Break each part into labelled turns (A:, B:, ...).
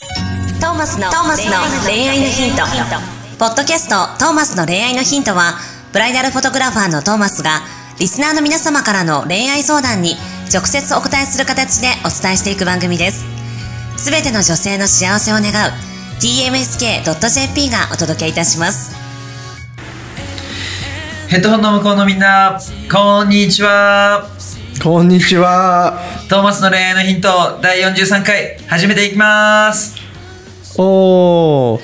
A: トーマスのトーマスの恋愛のヒントポッドキャスト「トーマスの恋愛のヒントは」ブライダルフォトグラファーのトーマスがリスナーの皆様からの恋愛相談に直接お答えする形でお伝えしていく番組ですすべての女性の幸せを願う tmsk.jp がお届けいたします
B: ヘッドホンの向こうのみんな、こんにちは。
C: こんにちは。
B: トーマスの恋愛のヒント第43回始めていきます。
C: おー、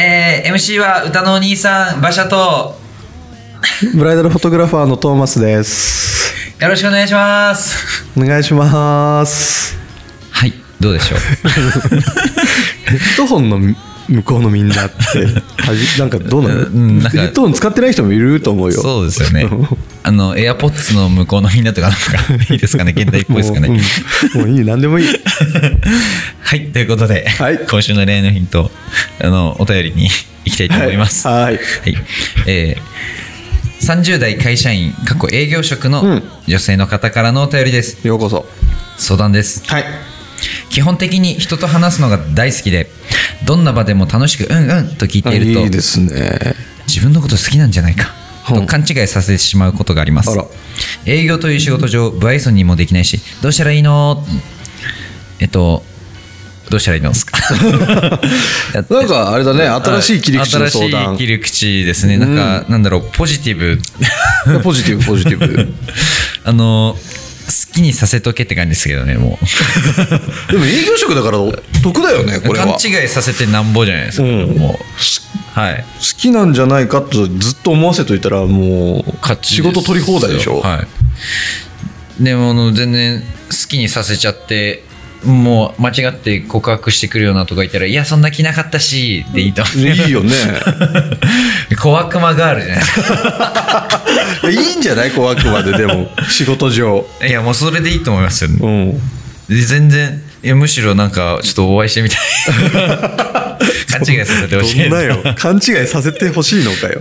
B: えー、MC は歌のお兄さん、馬車と、
C: ブライダルフォトグラファーのトーマスです。
B: よろしくお願いします。
C: お願いします。
B: はい、どうでしょう。
C: ヘッドホンの向こうのみんなって、はじなんかどうなの、
D: うんなんか
C: ヘッドホン使ってない人もいると思うよ。
D: そうですよねあのエアポッツの向こうのみんなとかなんかいいですかね現代っぽいですかね、
C: もう,、うんもういい、なんでもいい。
D: はいということで、
C: はい
D: 今週の恋愛のヒントあのお便りに行きたいと思いますは
C: はい。
D: い、えー30代会社員過去営業職の
C: うん
D: 女性の方からのお便りです
C: ようこそ。
D: 相談です
C: はい。
D: 基本的に人と話すのが大好きでどんな場でも楽しくうんうんと聞いていると
C: いいですね。
D: 自分のこと好きなんじゃないか
C: う
D: と
C: ん
D: 勘違いさせてしまうことがあります
C: あら
D: 営業という仕事上不愛想にもできないしどうしたらいいのえっとどうしたらいいのですか
C: なんかあれだね、 新しい切り口の相
D: 新し
C: 談
D: い切。り口ですねなんか、なんだろうポジティブ
C: ポジティブ、ポジティ ブ。
D: あの好きにさせとけって感じですけどねも
C: でも営業職だからお得だよね、
D: う
C: これ
D: 勘
C: は。
D: 違いさせてなんぼじゃないですか、
C: うん
D: もうはい
C: 好きなんじゃないかとずっと思わせといたらもう仕事取り放題でしょ、
D: はいでもあの全然好きにさせちゃってもう間違って告白してくるようなとか言ったら「いやそんな気なかったし」って言いた
C: ねい いよね
D: 小悪魔ガールじゃないですか
C: いやいいんじゃないこうあくまででも仕事上
D: いやもうそれでいいと思いますよ、
C: うん
D: で全然いやむしろなんかちょっとお会いしてみたい 勘違いさせてほしい
C: どんなよ勘違いさせてほしいのかよ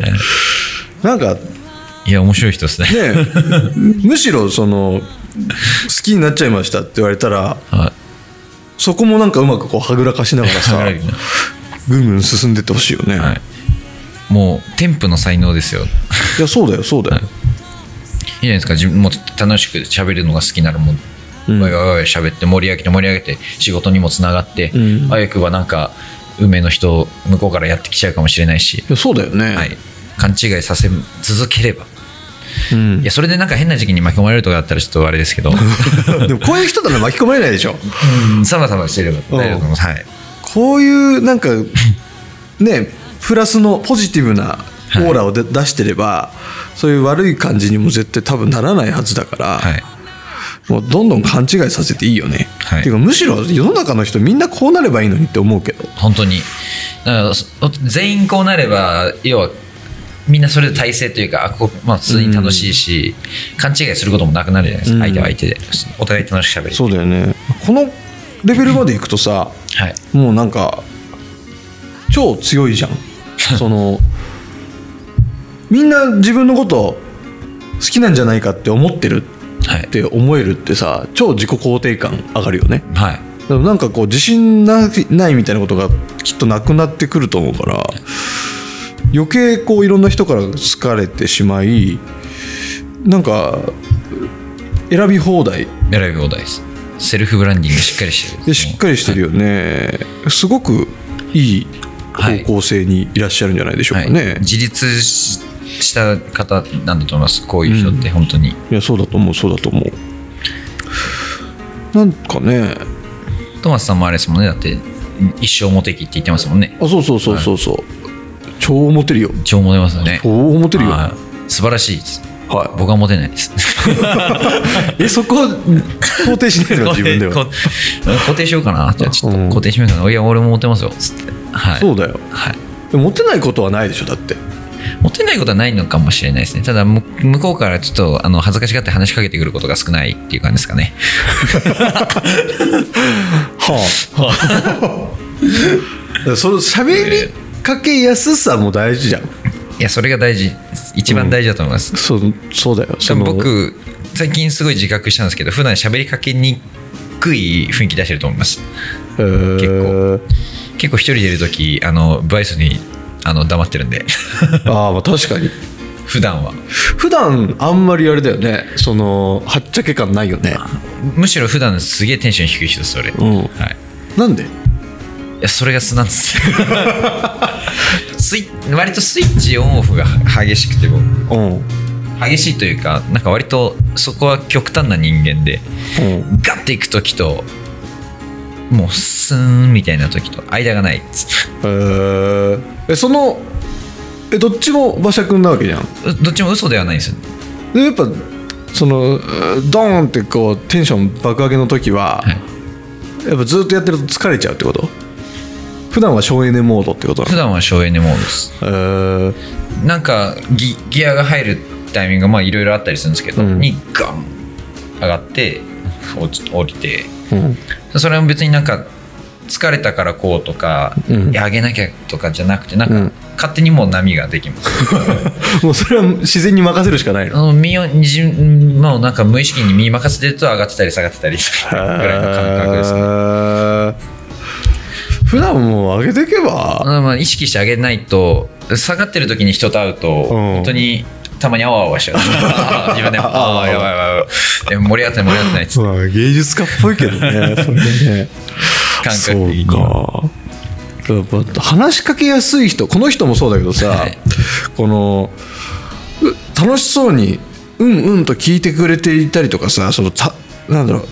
C: なんかね
D: いや面白い人ですね
C: むしろその好きになっちゃいましたって言われたら
D: は
C: そこもなんかうまくこうはぐらかしながらさ
D: はぐらかしな
C: ぐんぐん進んでってほしいよね、
D: い、はい、もう添付の才能ですよいい
C: いやそうだよそうだよ、
D: じゃないですか自分もう楽しく喋るのが好きならもう
C: うん
D: わいわいわい喋って盛り上げて盛り上げて仕事にもつながって、
C: うん
D: あやくばなんか運命の人向こうからやってきちゃうかもしれないし
C: い、やそうだよね、
D: はい、勘違いさせ続ければ
C: うん
D: いやそれでなんか変な時期に巻き込まれるとかだったらちょっとあれですけ ど
C: でもこういう人なら巻き込まれないでしょ
D: うんサバサバしてれば大丈夫だと思います、はい、
C: こういうなん かねプラスのポジティブなオーラをで、出してればそういう悪い感じにも絶対多分ならないはずだから、
D: はい、
C: もうどんどん勘違いさせていいよね、
D: はい
C: っていうかむしろ世の中の人みんなこうなればいいのにって思うけど
D: 本当にだからそ全員こうなれば要はみんなそれで体制というかあここ、まあ、普通に楽しいし、勘違いすることもなくなるじゃないですか、
C: うん
D: 相手は相手でお互い楽しく喋れる
C: そうだよねこのレベルまでいくとさ
D: はい
C: もうなんか超強い じゃんそのみんな自分のこと好きなんじゃないかって思ってる
D: は
C: っ
D: い
C: て思えるってさ超自己肯定感上がるよね
D: はい
C: でもなんかこう自信なないみたいなことがきっとなくなってくると思うから余計こういろんな人から好かれてしまいなんか選び放題
D: 選び放題ですセルフブランディングしっかりしてる
C: でしっかりしてるよね、すごくいい方向性にいらっしゃるんじゃないでしょう
D: は
C: か
D: い、
C: ね、い、
D: 自立しした方なんだと思いますこういう人って本当に、
C: やそうだと思うそうだと思うなんかね
D: トマスさんもあれですもんねだって一生モテ期って言ってますもんね
C: あそうそうそうそうそう、超モテるよ
D: 超モテますよね
C: 超モテるよ
D: は
C: はい
D: 素晴らしいです
C: い
D: 僕はモテないです
C: えそこ肯定しない の自分では
D: こ 肯定しようかなじゃあちょっと
C: うん
D: 肯定しようかないや俺もモテますよつってはい
C: そうだよ
D: はい
C: モテないことはないでしょだって
D: モテないことはないのかもしれないですねただむ向こうからちょっとあの恥ずかしがって話しかけてくることが少ないっていう感じですかね
C: はあ その喋りかけやすさも大事じゃん
D: いやそれが大事一番大事だと思います、
C: そうそうだよその
D: 僕最近すごい自覚したんですけど普段喋りかけにくい雰囲気出してると思います
C: えー
D: 結結構一人でいる時あのブアイスにあの黙ってるんで
C: ああまあ確かに
D: 普段は
C: 普段あんまりあれだよねそのはっちゃけ感ないよね
D: むしろ普段すげえテンション低い人です俺、
C: う
D: はい、
C: んなんで
D: いやそれが素なんですよスイッ割とスイッチオンオフが激しくて僕
C: うんうん
D: 激しいというかなんか割とそこは極端な人間でガッていく時ともうスーンみたいな時と間がないっつ
C: えーえそのえどっちも馬車くんなわけじゃん
D: うどっちも嘘ではないんですよ
C: でやっぱそのうードーンってこうテンション爆上げの時は、
D: はい
C: やっぱずっとやってると疲れちゃうってこと普段は省エネモードってことな
D: 普
C: の
D: 段は省エネモードです
C: えー
D: なんかギギアが入るタイミングがまあいろいろあったりするんですけど、
C: うん
D: にガン上がって落ち降りて
C: うん
D: それも別になんか疲れたからこうとか、
C: うん
D: いや上げなきゃとかじゃなくてなんか、
C: うん
D: 勝手にもう波ができます
C: もうそれは自然に任せるしかない
D: あ
C: の
D: の身をにじもうなんか無意識に身任せてると上がってたり下がってたりぐらいの感覚ですね
C: えー普段も上げていけば、
D: まあ、意識してあげないと下がってる時に人と会うと、本当にたまにあわあわしちゃう 自分でもああやばいやばいやばいでも盛り上がってない盛り上がってないっつって
C: まあ、芸術家っぽいけど ねそれね
D: 感覚的に
C: そうかやっぱ話しかけやすい人この人もそうだけどさ、
D: はい
C: このう楽しそうにうんうんと聞いてくれていたりとかさそのたなんだろう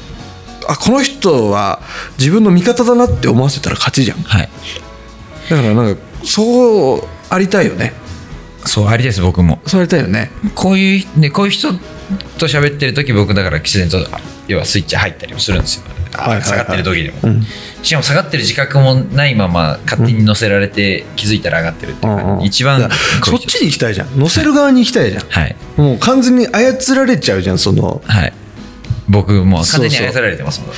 C: あこの人は自分の味方だなって思わせたら勝ちじゃんだ
D: はい
C: からなんかそうありたいよね
D: そうありです僕も
C: そうありたいよね
D: こういうねこういう人と喋ってる時僕だから自然と要はスイッチ入ったりもするんですよ、
C: はいはいはい
D: 下がってる時でも、
C: ん
D: しかも下がってる自覚もないまま勝手に乗せられて気づいたら上がってるっていう感じ、
C: うんうん
D: 一番
C: だからそっちに行きたいじゃん乗せる側に行きたいじゃん、
D: はい
C: もう完全に操られちゃうじゃんその
D: はい僕もう完全に
C: そうそう
D: 操られてますもん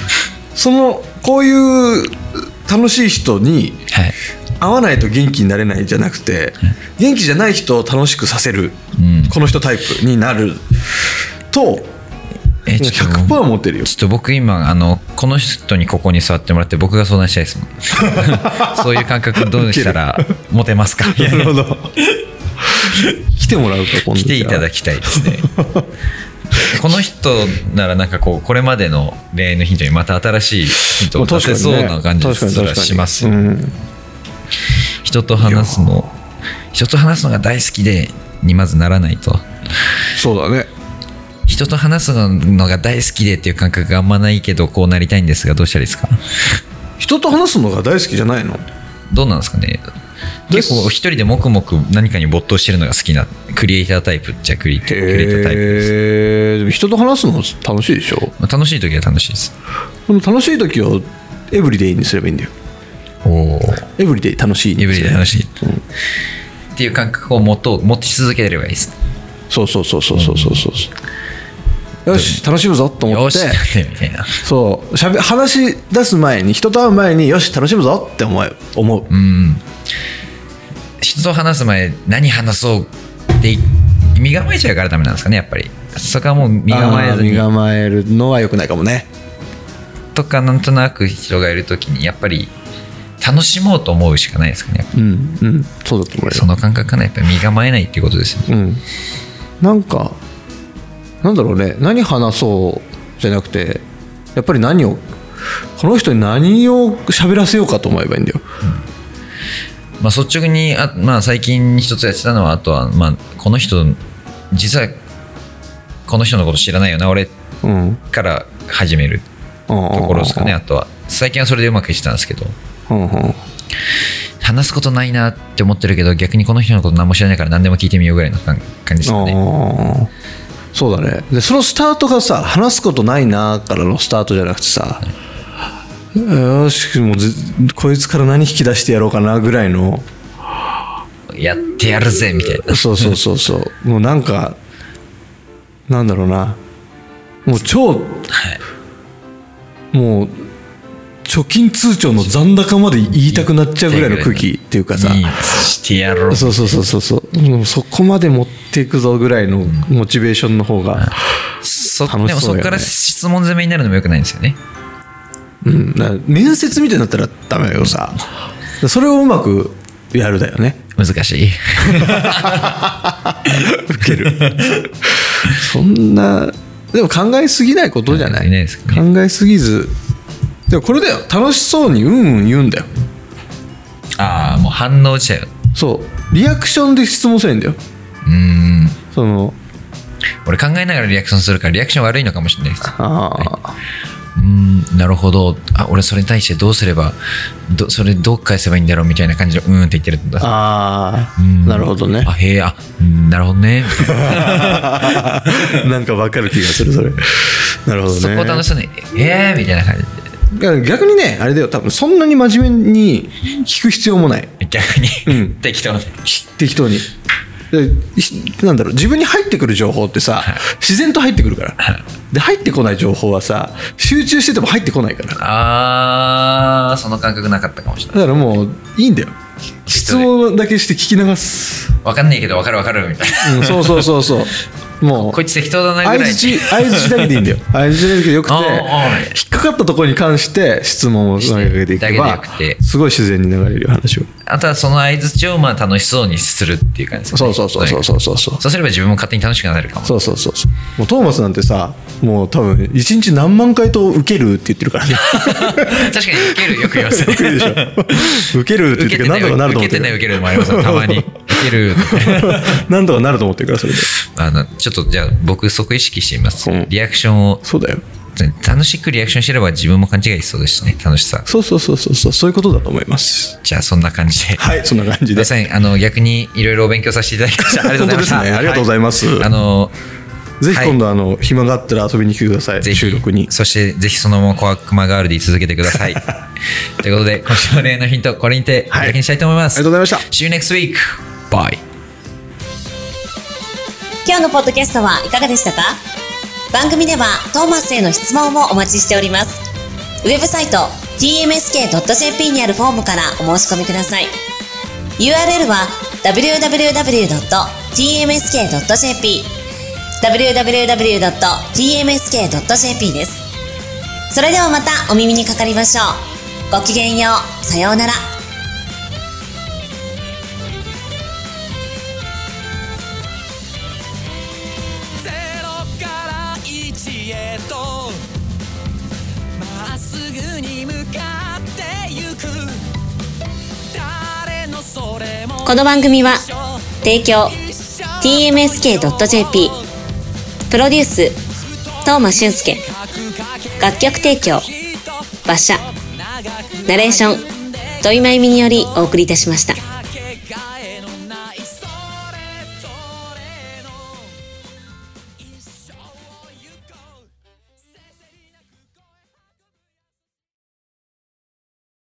C: そのこういう楽しい人に
D: はい
C: 会わないと元気になれないじゃなくて元気じゃない人を楽しくさせる、
D: うん
C: この人タイプになると
D: えーちょっと
C: 100%持ってるよ
D: ちょっと僕今あのこの人にここに座ってもらって僕が相談したいですも んそういう感覚どうしたらモテますか
C: なるほど来てもらうか今度
D: 来ていただ
C: き
D: きたいです ねこの人ならなんかこうこれまでの恋愛のヒントにまた新しいヒントを出せそうな感じすらしますよ、
C: うん、
D: 人と話すの人と話すのが大好きでにまずならないと
C: そうだね
D: 人と話すのが大好きでっていう感覚があんまないけどこうなりたいんですがどうしたらいいですか
C: 人と話すのが大好きじゃないの
D: どうなんですかね
C: です
D: 結構一人で黙々何かに没頭してるのが好きなクリエイタータイプっちゃクリクリエイタータイプです、
C: へえでも人と話すの楽しいでしょ
D: まあ、楽しい時は楽しいです
C: この楽しい時をエブリデイにすればいいんだよ
D: おお
C: エブリデイ楽しいに
D: エブリデイ楽しい、
C: うん
D: っていう感覚を持とう持ち続ければいいです
C: そうそうそうそうそうそうそう、よし楽しむぞと思
D: よ
C: って
D: しってみたいな
C: そうしゃべ話し出す前に人と会う前によし楽しむぞって思う思う、
D: うん人と話す前何話そうって身構えちゃうからダメなんですかねやっぱりそこはもう身構えず
C: あー身
D: に
C: 構えるのは良くないかもね
D: とかなんとなく人がいる時にやっぱり楽しもうと思うしかないですかねやっぱり
C: うんうんそうだと思う
D: そ
C: よ
D: の感覚かなやっぱり身構えないっていうことですよね
C: うんなんかなんだろうね何話そうじゃなくてやっぱり何をこの人に何を喋らせようかと思えばいいんだよ
D: まあ率直にあ、まあ、最近一つやってたのはあとは、まあ、この人実はこの人のこと知らないよな俺
C: うん
D: から始める
C: と
D: ところですかね
C: あ
D: あとは最近はそれでうまくいってたんですけど
C: うんうん
D: 話すことないなって思ってるけど逆にこの人のこと何も知らないから何でも聞いてみようぐらいの感感じですかね
C: ああそうだねでそのスタートがさ話すことないなーからのスタートじゃなくてさ、よしもうずこいつから何引き出してやろうかなぐらいの
D: やってやるぜみたいな
C: そうそうそうそうもうなんかなんだろうなもう超
D: はい
C: もう貯金通帳の残高まで言いたくなっちゃうぐらいの空気っていうかさ
D: いいしてやろう
C: そうそうそうそうそうもうそこまで持っていくぞぐらいのモチベーションの方が、
D: そ
C: 楽しそうだよね
D: でもそこから質問攻めになるのもよくないんですよね
C: うん、な面接みたいになったらダメだけどさらそれをうまくやるだよね
D: 難しい
C: 受けるそんなでも考えすぎないことじゃな
D: 考えす
C: い
D: ぎないですか
C: 考えすぎずでもこれだよ楽しそうにうんうん言うんだよ
D: ああもう反応自体が
C: そうリアクションで質問するんだよ
D: うーん
C: その
D: 俺考えながらリアクションするからリアクション悪いのかもしれないです
C: ああ、
D: うーんなるほどあ俺それに対してどうすればどそれどう返せばいいんだろうみたいな感じでうーんって言ってるんだ
C: あ
D: うーん
C: あなるほどね
D: あへえあうんなるほどねみたいな
C: なんかわかる気がするそれなるほどね
D: そこ楽しそうにへえみたいな感じ
C: だから逆にねあれだよ多分そんなに真面目に聞く必要もない
D: で逆に、
C: うん
D: 適当で
C: 適当にでひなんだろう自分に入ってくる情報ってさ自然と入ってくるからで入ってこない情報はさ集中してても入ってこないから
D: あーその感覚なかったかもしれない
C: だからもういいんだよ質問だけして聞き流す、
D: わかんないけどわかるわかるみたいな
C: うん、そうそうそ うそうもう
D: こいつ適当だなぐ
C: 相
D: らい
C: 槌相槌だけでいいん だよ相槌だけでよくて
D: おうおう
C: 引っかかったところに関して質問を投げかけてい
D: だけで
C: け
D: よ
C: ば
D: くて
C: すごい自然に流れるよ話を
D: あとはその相づちをまあ楽しそうにするっていう感じです
C: そ
D: ね
C: うそうそうそうそうそうそう
D: そうすれば自分も勝手に楽しくなるかも
C: そうそうそうそうもうトーマスなんてさもう多分一日何万回と受けるって言ってるからね
D: 確かに受けるよく言いますね
C: 受けるでしょ受けるっ
D: 受
C: て言っ
D: け
C: てる
D: て
C: か
D: な
C: ら
D: い
C: なんとかなると
D: 受
C: 思
D: け
C: って
D: てない受
C: る
D: けるもありますねたまに受けるって
C: なんとかなると思って るからそれで
D: あのちょっとじゃあ僕そこ意識してみます
C: うん
D: リアクションを
C: そうだよ
D: 楽しくリアクションしてれば自分も勘違いしそうですしね楽しさ
C: そうそうそうそうそうそういうことだと思います
D: じゃあそんな感じで
C: はいそんな感じ
D: すい
C: で
D: ませんあの逆にいろいろお勉強させていただきましたありがとうございました、
C: 本当です ねありがとうございます
D: はあの
C: ぜひ今度あの、暇があったら遊びに来てください
D: ぜひ
C: 収録に
D: そしてぜひそのまま小悪魔ガールで居続けてくだ さいということで今週の例のヒントこれにて
C: はい
D: お開きにしたいと思います、
C: ありがとうございました
D: See you next week bye
A: 今日のポッドキャストはいかがでしたか番組ではトーマスへの質問もお待ちしております。ウェブサイト tmsk.jp にあるフォームからお申し込みください。URL は www.tmsk.jp www.tmsk.jp です。それではまたお耳にかかりましょう。ごきげんよう。さようなら。
E: ゼロから一へとまっすぐに向かってゆく誰のそれも
A: この番組は
E: 一緒
A: 提供 TMSK.jp プロデュース東間俊介楽曲提供馬車ナレーション土井真由美によりお送りいたしました。